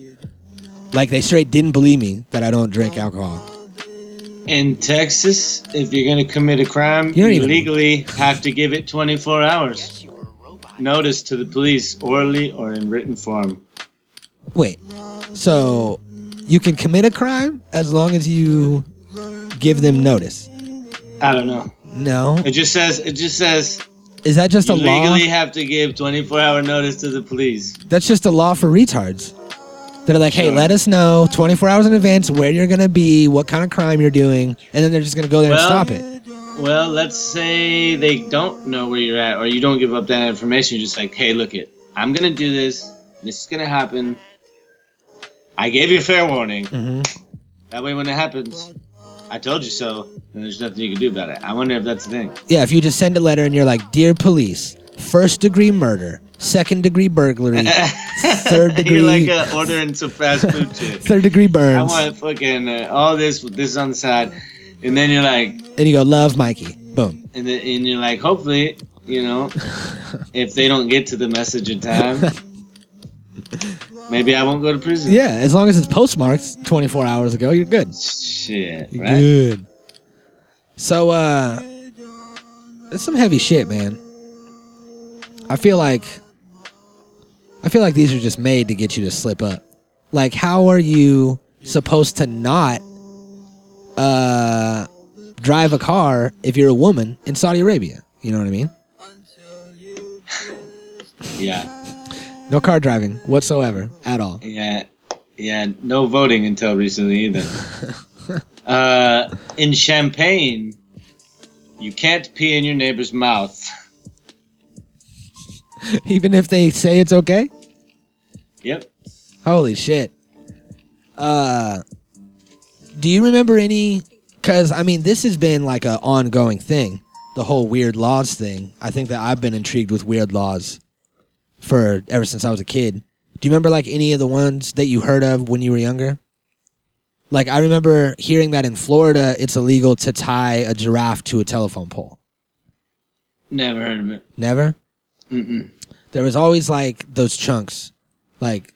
Speaker 1: Like they straight didn't believe me that I don't drink alcohol.
Speaker 2: In Texas, if you're going to commit a crime,
Speaker 1: You
Speaker 2: you,
Speaker 1: don't even-
Speaker 2: legally have to give it 24 hours notice to the police, orally or in written form.
Speaker 1: Wait. So you can commit a crime as long as you give them notice.
Speaker 2: I don't know.
Speaker 1: No.
Speaker 2: It just says it just says
Speaker 1: Is that just
Speaker 2: you
Speaker 1: a law?
Speaker 2: legally have to give 24 hour notice to the police.
Speaker 1: That's just a law for retards. They're like, hey,
Speaker 2: Sure.
Speaker 1: let us know 24 hours in advance where you're going to be, what kind of crime you're doing, and then they're just going to go there
Speaker 2: Well-
Speaker 1: and stop it.
Speaker 2: Well, let's say they don't know where you're at, or you don't give up that information. You're just like, hey, look it, I'm gonna do this. This is gonna happen. I gave you fair warning.
Speaker 1: hmm
Speaker 2: That way, when it happens, I told you so, and there's nothing you can do about it. I wonder if that's the thing.
Speaker 1: Yeah, if you just send a letter and you're like, dear police, first degree murder, second degree burglary, third degree,
Speaker 2: you're like uh, ordering some fast food shit.
Speaker 1: third degree
Speaker 2: I
Speaker 1: burns,
Speaker 2: want fucking uh, all this with this on the side, and then you're like,
Speaker 1: and you go, love Mikey. Boom.
Speaker 2: and, then and you're like, hopefully, you know, if they don't get to the message in time, maybe I won't go to prison.
Speaker 1: Yeah, as long as it's postmarked 24 hours ago, you're good.
Speaker 2: Shit,
Speaker 1: You're
Speaker 2: right?
Speaker 1: Good. So uh it's some heavy shit, man. I feel like I feel like these are just made to get you to slip up. Like how are you supposed to not uh drive a car if you're a woman in Saudi Arabia? You know what I mean?
Speaker 2: Yeah,
Speaker 1: No car driving whatsoever at all.
Speaker 2: yeah, yeah. No voting until recently either. uh, in Champagne, you can't pee in your neighbor's mouth.
Speaker 1: Even if they say it's okay?
Speaker 2: Yep.
Speaker 1: Holy shit. Uh do you remember any cuz I mean this has been like a ongoing thing, the whole weird laws thing. I think that I've been intrigued with weird laws for ever since I was a kid. Do you remember like any of the ones that you heard of when you were younger? Like I remember hearing that in Florida it's illegal to tie a giraffe to a telephone pole.
Speaker 2: Never heard of it.
Speaker 1: Never?
Speaker 2: Mm-mm.
Speaker 1: there was always like those chunks, like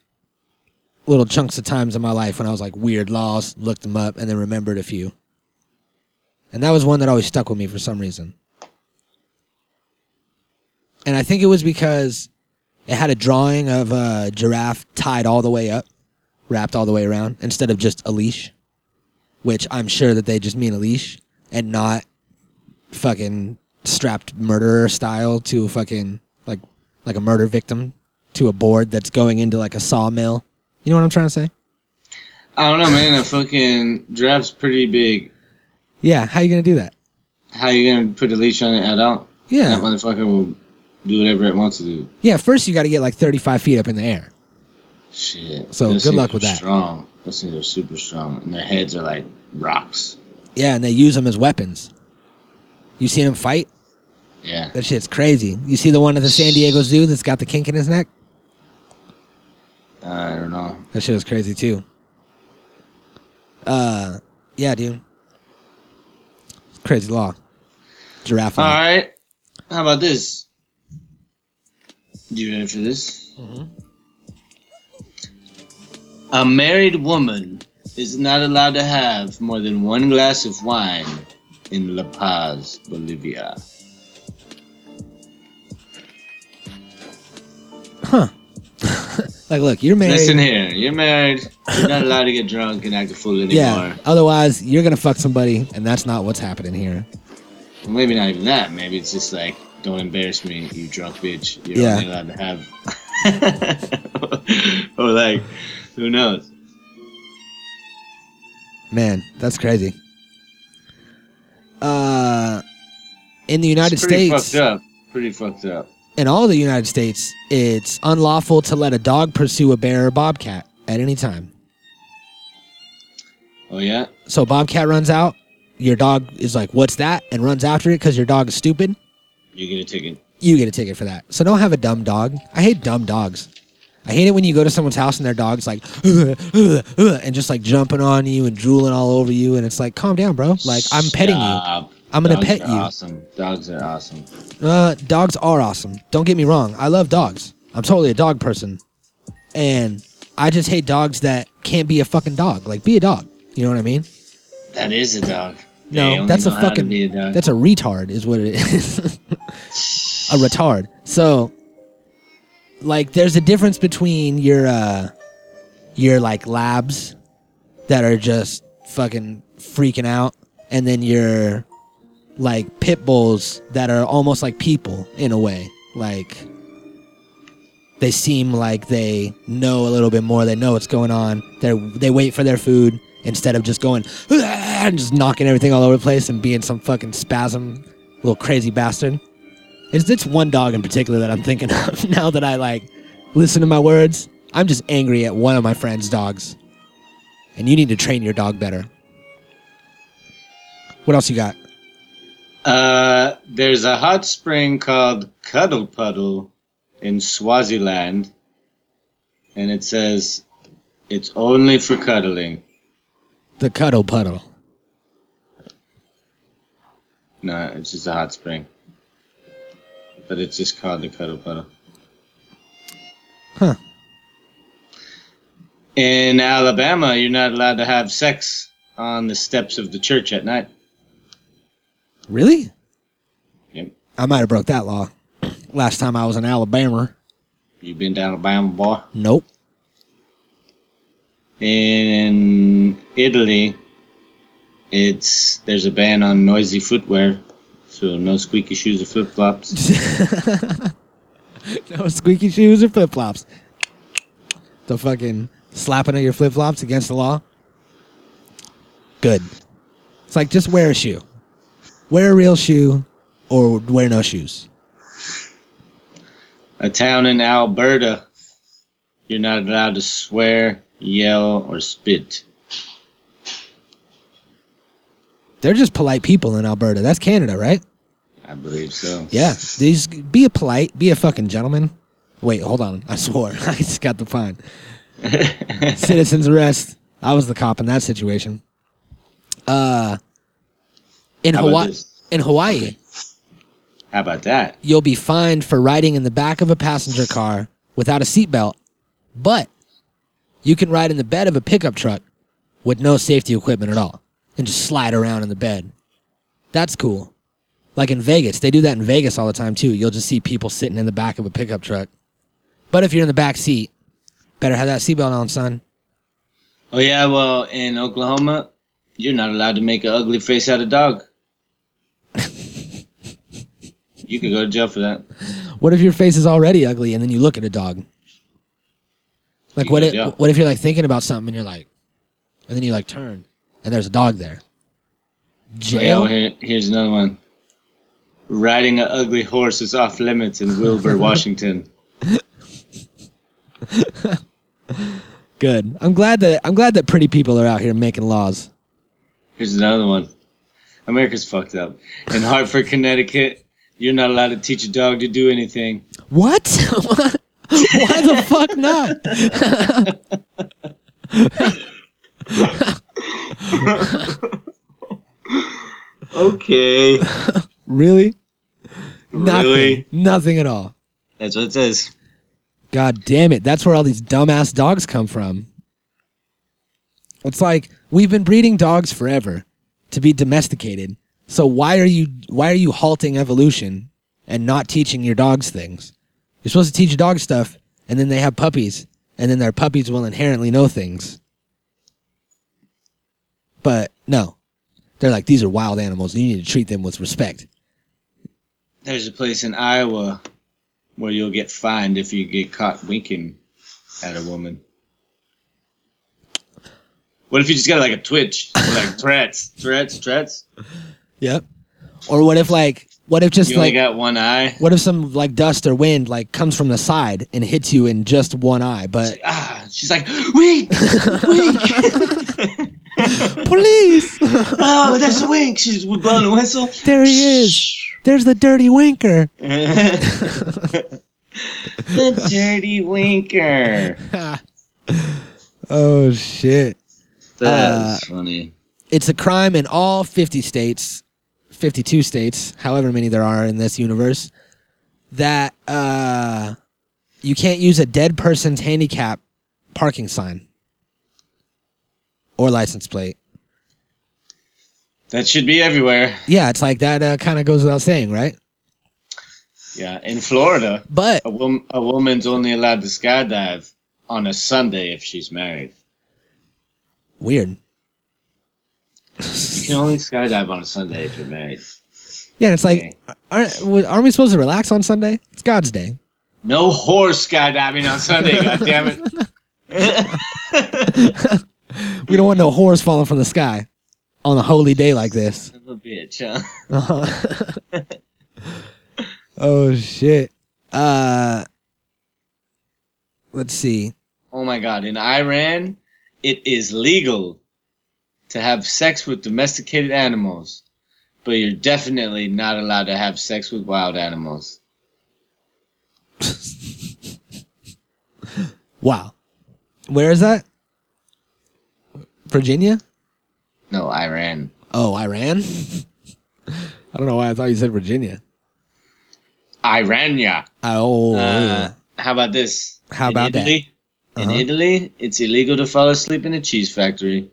Speaker 1: little chunks of times in my life when I was like weird laws, looked them up, and then remembered a few. And that was one that always stuck with me for some reason. And I think it was because it had a drawing of a giraffe tied all the way up, wrapped all the way around, instead of just a leash, which I'm sure that they just mean a leash and not fucking strapped murderer style to a fucking like like a murder victim to a board that's going into like a sawmill. You know what I'm trying to say?
Speaker 2: I don't know, man. A fucking giraffe's pretty big.
Speaker 1: Yeah. How you gonna do that?
Speaker 2: How you gonna put a leash on it at all? That
Speaker 1: Yeah.
Speaker 2: motherfucker will do whatever it wants to do.
Speaker 1: Yeah. First, you got to get like 35 feet up in the air.
Speaker 2: Shit.
Speaker 1: So,
Speaker 2: Those
Speaker 1: good
Speaker 2: things
Speaker 1: luck
Speaker 2: are
Speaker 1: with that.
Speaker 2: Strong. Those things are super strong, and their heads are like rocks.
Speaker 1: Yeah, and they use them as weapons. You see them fight?
Speaker 2: Yeah.
Speaker 1: That shit's crazy. You see the one at the San Diego Zoo that's got the kink in his neck?
Speaker 2: I don't know.
Speaker 1: That shit was crazy too. Uh, yeah, dude. Crazy law. Giraffe.
Speaker 2: All
Speaker 1: law.
Speaker 2: right. How about this? You ready for this? A married woman is not allowed to have more than one glass of wine in La Paz, Bolivia.
Speaker 1: Like, look, you're married.
Speaker 2: Listen here. You're married. You're not allowed to get drunk and act a fool anymore.
Speaker 1: Yeah. Otherwise, you're gonna fuck somebody, and that's not what's happening here.
Speaker 2: maybe not even that. Maybe it's just like, don't embarrass me, you drunk bitch. You're
Speaker 1: Yeah.
Speaker 2: only allowed to have. or like, who knows?
Speaker 1: Man, that's crazy. Uh, in the United
Speaker 2: it's pretty
Speaker 1: States,
Speaker 2: fucked up. Pretty fucked up.
Speaker 1: in all the United States, it's unlawful to let a dog pursue a bear or bobcat at any time.
Speaker 2: Oh yeah.
Speaker 1: So bobcat runs out, your dog is like, "What's that?" and runs after it because your dog is stupid.
Speaker 2: You get a ticket.
Speaker 1: You get a ticket for that. So don't have a dumb dog. I hate dumb dogs. I hate it when you go to someone's house and their dog's like, "Ugh, ugh, ugh," and just like jumping on you and drooling all over you, and it's like, calm down, bro. Like I'm petting you.
Speaker 2: Stop.
Speaker 1: I'm gonna
Speaker 2: Dogs
Speaker 1: pet
Speaker 2: are
Speaker 1: you.
Speaker 2: Awesome. Dogs are awesome.
Speaker 1: Uh, dogs are awesome. Don't get me wrong. I love dogs. I'm totally a dog person. And I just hate dogs that can't be a fucking dog. Like, be a dog. You know what I mean?
Speaker 2: That is a dog.
Speaker 1: No,
Speaker 2: They only
Speaker 1: that's a
Speaker 2: know how to
Speaker 1: fucking-
Speaker 2: be a dog.
Speaker 1: That's a retard, is what it is. a retard. So, like, there's a difference between your, uh, your, like, labs that are just fucking freaking out, and then your, like, pit bulls that are almost like people in a way. Like, they seem like they know a little bit more. They know what's going on. They they wait for their food instead of just going "Ah," and just knocking everything all over the place and being some fucking spasm little crazy bastard. It's this one dog in particular that I'm thinking of now that I like listen to my words. I'm just angry at one of my friend's dogs, and you need to train your dog better. What else you got?
Speaker 2: Uh, there's a hot spring called Cuddle Puddle in Swaziland, and it says it's only for cuddling.
Speaker 1: The cuddle puddle.
Speaker 2: No, it's just a hot spring, but it's just called the Cuddle Puddle.
Speaker 1: Huh.
Speaker 2: In Alabama, you're not allowed to have sex on the steps of the church at night.
Speaker 1: Really?
Speaker 2: Yep.
Speaker 1: I might have broke that law last time I was in Alabama.
Speaker 2: You been to Alabama, boy?
Speaker 1: Nope.
Speaker 2: in Italy, it's there's a ban on noisy footwear, so no squeaky shoes or flip flops.
Speaker 1: no squeaky shoes or flip flops. The fucking slapping of your flip flops against the law. Good. It's like just wear a shoe. Wear a real shoe or wear no shoes.
Speaker 2: A town in Alberta, you're not allowed to swear, yell, or spit.
Speaker 1: They're just polite people in Alberta. That's Canada, right?
Speaker 2: I believe so.
Speaker 1: Yeah. These be a polite, be a fucking gentleman. Wait, hold on. I swore. I just got the fine. Citizen's arrest. I was the cop in that situation. Uh in
Speaker 2: How about
Speaker 1: Hawaii
Speaker 2: this?
Speaker 1: in Hawaii.
Speaker 2: How about that?
Speaker 1: you'll be fined for riding in the back of a passenger car without a seatbelt, but you can ride in the bed of a pickup truck with no safety equipment at all and just slide around in the bed. That's cool. Like in Vegas, they do that in Vegas all the time too. You'll just see people sitting in the back of a pickup truck. But if you're in the back seat, better have that seatbelt on, son.
Speaker 2: Oh yeah, well in Oklahoma, you're not allowed to make an ugly face at a dog. you could go to jail for that.
Speaker 1: What if your face is already ugly and then you look at a dog? Like
Speaker 2: You
Speaker 1: what
Speaker 2: go
Speaker 1: if
Speaker 2: down.
Speaker 1: what if you're like thinking about something and you're like, and then you like turn and there's a dog there.
Speaker 2: Yeah, well,
Speaker 1: Jail.
Speaker 2: here, here's another one. Riding an ugly horse is off limits in Wilbur, Washington.
Speaker 1: Good. I'm glad that I'm glad that pretty people are out here making laws.
Speaker 2: Here's another one. America's fucked up. In Hartford, Connecticut, you're not allowed to teach a dog to do anything.
Speaker 1: What? Why the fuck not?
Speaker 2: Okay.
Speaker 1: Really? Nothing.
Speaker 2: really?
Speaker 1: Nothing at all.
Speaker 2: That's what it says.
Speaker 1: God damn it. That's where all these dumbass dogs come from. It's like we've been breeding dogs forever to be domesticated. So why are you why are you halting evolution and not teaching your dogs things? You're supposed to teach dog stuff and then they have puppies and then their puppies will inherently know things. But no. They're like these are wild animals and you need to treat them with respect.
Speaker 2: there's a place in Iowa where you'll get fined if you get caught winking at a woman. What if you just got like a twitch, like Tourette's, Tourette's, Tourette's?
Speaker 1: Yep. Or what if like what if just
Speaker 2: You only
Speaker 1: like
Speaker 2: got one eye.
Speaker 1: what if some like dust or wind like comes from the side and hits you in just one eye? But
Speaker 2: Ah, she's like, wink, wink.
Speaker 1: police,
Speaker 2: oh, that's a wink. She's blowing a whistle.
Speaker 1: there he is. There's the dirty winker.
Speaker 2: the dirty winker.
Speaker 1: oh shit!
Speaker 2: That's funny.
Speaker 1: It's a crime in all 50 states, 52 states, however many there are in this universe, that uh, you can't use a dead person's handicap parking sign or license plate.
Speaker 2: That should be everywhere.
Speaker 1: Yeah, it's like that uh, kind of goes without saying, right?
Speaker 2: Yeah, in Florida,
Speaker 1: But
Speaker 2: a, wom- a woman's only allowed to skydive on a Sunday if she's married.
Speaker 1: weird.
Speaker 2: You can only skydive on a Sunday if you're married.
Speaker 1: Yeah, it's like, aren't, aren't we supposed to relax on Sunday? It's God's day.
Speaker 2: No horse skydiving on Sunday, goddammit.
Speaker 1: We don't want no whores falling from the sky on a holy day like this.
Speaker 2: Little bitch, huh?
Speaker 1: Uh-huh. oh shit. Uh let's see.
Speaker 2: Oh my god, in Iran, it is legal to have sex with domesticated animals, but you're definitely not allowed to have sex with wild animals.
Speaker 1: Wow. Where is that? Virginia?
Speaker 2: No, Iran.
Speaker 1: Oh, Iran? I don't know why I thought you said Virginia.
Speaker 2: Irania.
Speaker 1: Oh
Speaker 2: Uh, how about this?
Speaker 1: How about that?
Speaker 2: Italy, that? In
Speaker 1: Uh-huh.
Speaker 2: Italy, it's illegal to fall asleep in a cheese factory.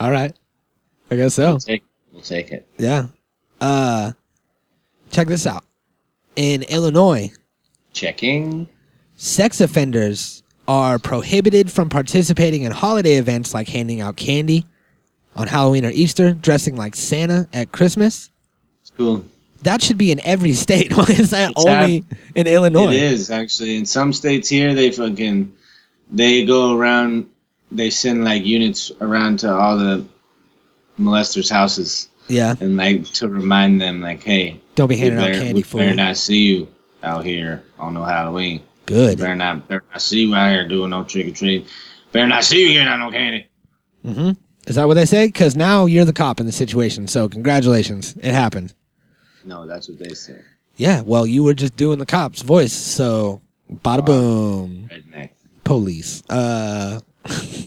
Speaker 1: all right. I guess so.
Speaker 2: Take, we'll take it.
Speaker 1: Yeah. Uh check this out. In Illinois,
Speaker 2: Checking.
Speaker 1: sex offenders are prohibited from participating in holiday events like handing out candy on Halloween or Easter, dressing like Santa at Christmas.
Speaker 2: It's cool.
Speaker 1: That should be in every state. Why is that
Speaker 2: It's
Speaker 1: only in Illinois?
Speaker 2: It is actually in some states here. They fucking they go around. They send like units around to all the molesters' houses
Speaker 1: Yeah,
Speaker 2: and like to remind them, like, hey,
Speaker 1: don't be
Speaker 2: we
Speaker 1: handing out
Speaker 2: better, we
Speaker 1: candy for
Speaker 2: better not see you out here on no Halloween.
Speaker 1: good.
Speaker 2: Better not, better not see you out here doing no trick or treat. Better not see you getting out no candy.
Speaker 1: hmm Is that what they say? Because now you're the cop in the situation. So congratulations, it happened.
Speaker 2: No, that's what they say.
Speaker 1: Yeah, well, you were just doing the cop's voice. So bada boom.
Speaker 2: Redneck.
Speaker 1: police. Uh,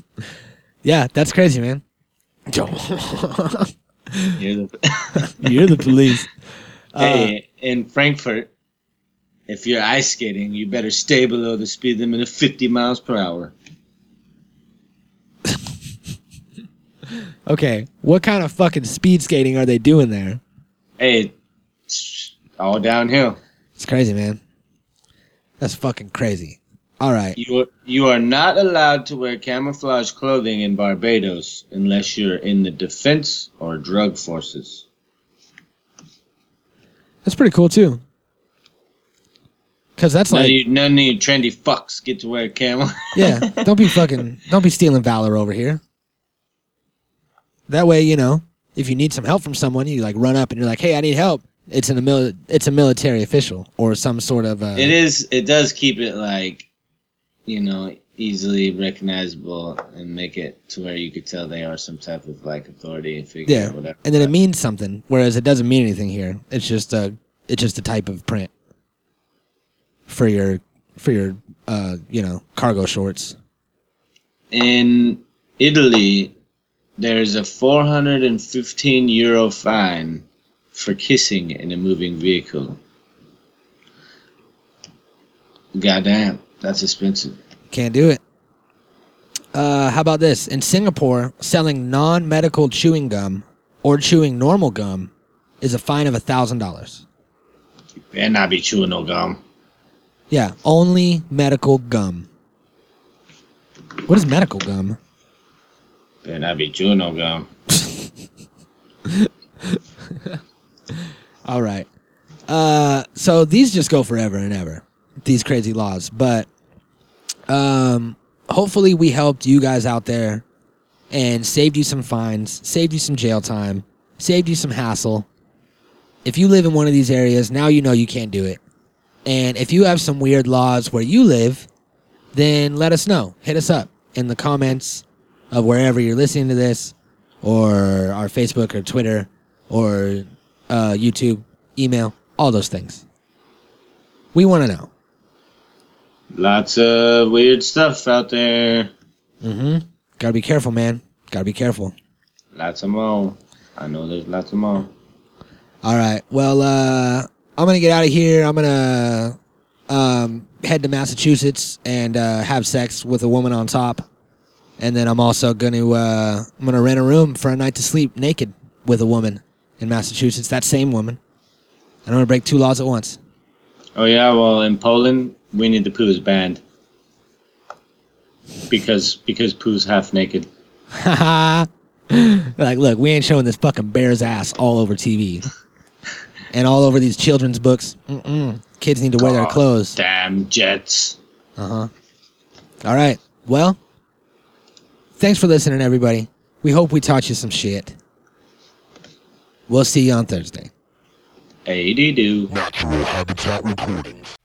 Speaker 1: yeah, that's crazy, man.
Speaker 2: You're the-
Speaker 1: You're the police.
Speaker 2: hey,
Speaker 1: Uh,
Speaker 2: in Frankfurt, if you're ice skating, you better stay below the speed limit of 50 miles per hour.
Speaker 1: Okay, what kind of fucking speed skating are they doing there?
Speaker 2: Hey, it's all downhill.
Speaker 1: It's crazy, man. That's fucking crazy. All right.
Speaker 2: You are, you are not allowed to wear camouflage clothing in Barbados unless you're in the defense or drug forces.
Speaker 1: That's pretty cool, too. Because that's
Speaker 2: none, of
Speaker 1: like,
Speaker 2: you, none of you trendy fucks get to wear camo.
Speaker 1: yeah, don't be fucking, don't be stealing valor over here. That way, you know, if you need some help from someone, you like run up and you're like, hey, I need help. It's in a mil- it's a military official or some sort of. Uh,
Speaker 2: it is. It does keep it like, you know, easily recognizable and make it to where you could tell they are some type of like authority and figure
Speaker 1: Yeah,
Speaker 2: or whatever.
Speaker 1: and then it means something, whereas it doesn't mean anything here. It's just a it's just a type of print for your for your uh you know cargo shorts.
Speaker 2: in Italy, there's a 415 euro fine for kissing in a moving vehicle. Goddamn, that's expensive.
Speaker 1: Can't do it. Uh, how about this? In Singapore, selling non-medical chewing gum or chewing normal gum is a fine of a thousand dollars.
Speaker 2: Better not be chewing no gum.
Speaker 1: Yeah, only medical gum. What is medical gum?
Speaker 2: Better not be chewing no gum.
Speaker 1: All right. Uh, so these just go forever and ever, these crazy laws. But um, hopefully, we helped you guys out there and saved you some fines, saved you some jail time, saved you some hassle. If you live in one of these areas, now you know you can't do it. And if you have some weird laws where you live, then let us know. Hit us up in the comments of wherever you're listening to this, or our Facebook or Twitter or uh, YouTube, email, all those things. We want to know.
Speaker 2: Lots of weird stuff out there.
Speaker 1: Mm-hmm. Gotta be careful, man. Gotta be careful.
Speaker 2: Lots of more. I know there's lots of more.
Speaker 1: All right. Well, uh, I'm gonna get out of here. I'm gonna um, head to Massachusetts and uh, have sex with a woman on top, and then I'm also gonna uh, I'm gonna rent a room for a night to sleep naked with a woman in Massachusetts. That same woman. And I'm gonna break two laws at once.
Speaker 2: Oh yeah, well in Poland, Winnie the Pooh is banned because because Pooh's half naked.
Speaker 1: like, look, we ain't showing this fucking bear's ass all over TV and all over these children's books. Mm-mm. Kids need to wear their
Speaker 2: God
Speaker 1: clothes.
Speaker 2: Damn Jets.
Speaker 1: Uh huh. All right. Well, thanks for listening, everybody. We hope we taught you some shit. We'll see you on Thursday.
Speaker 2: Hey, do.
Speaker 4: Natural Habitat Recordings.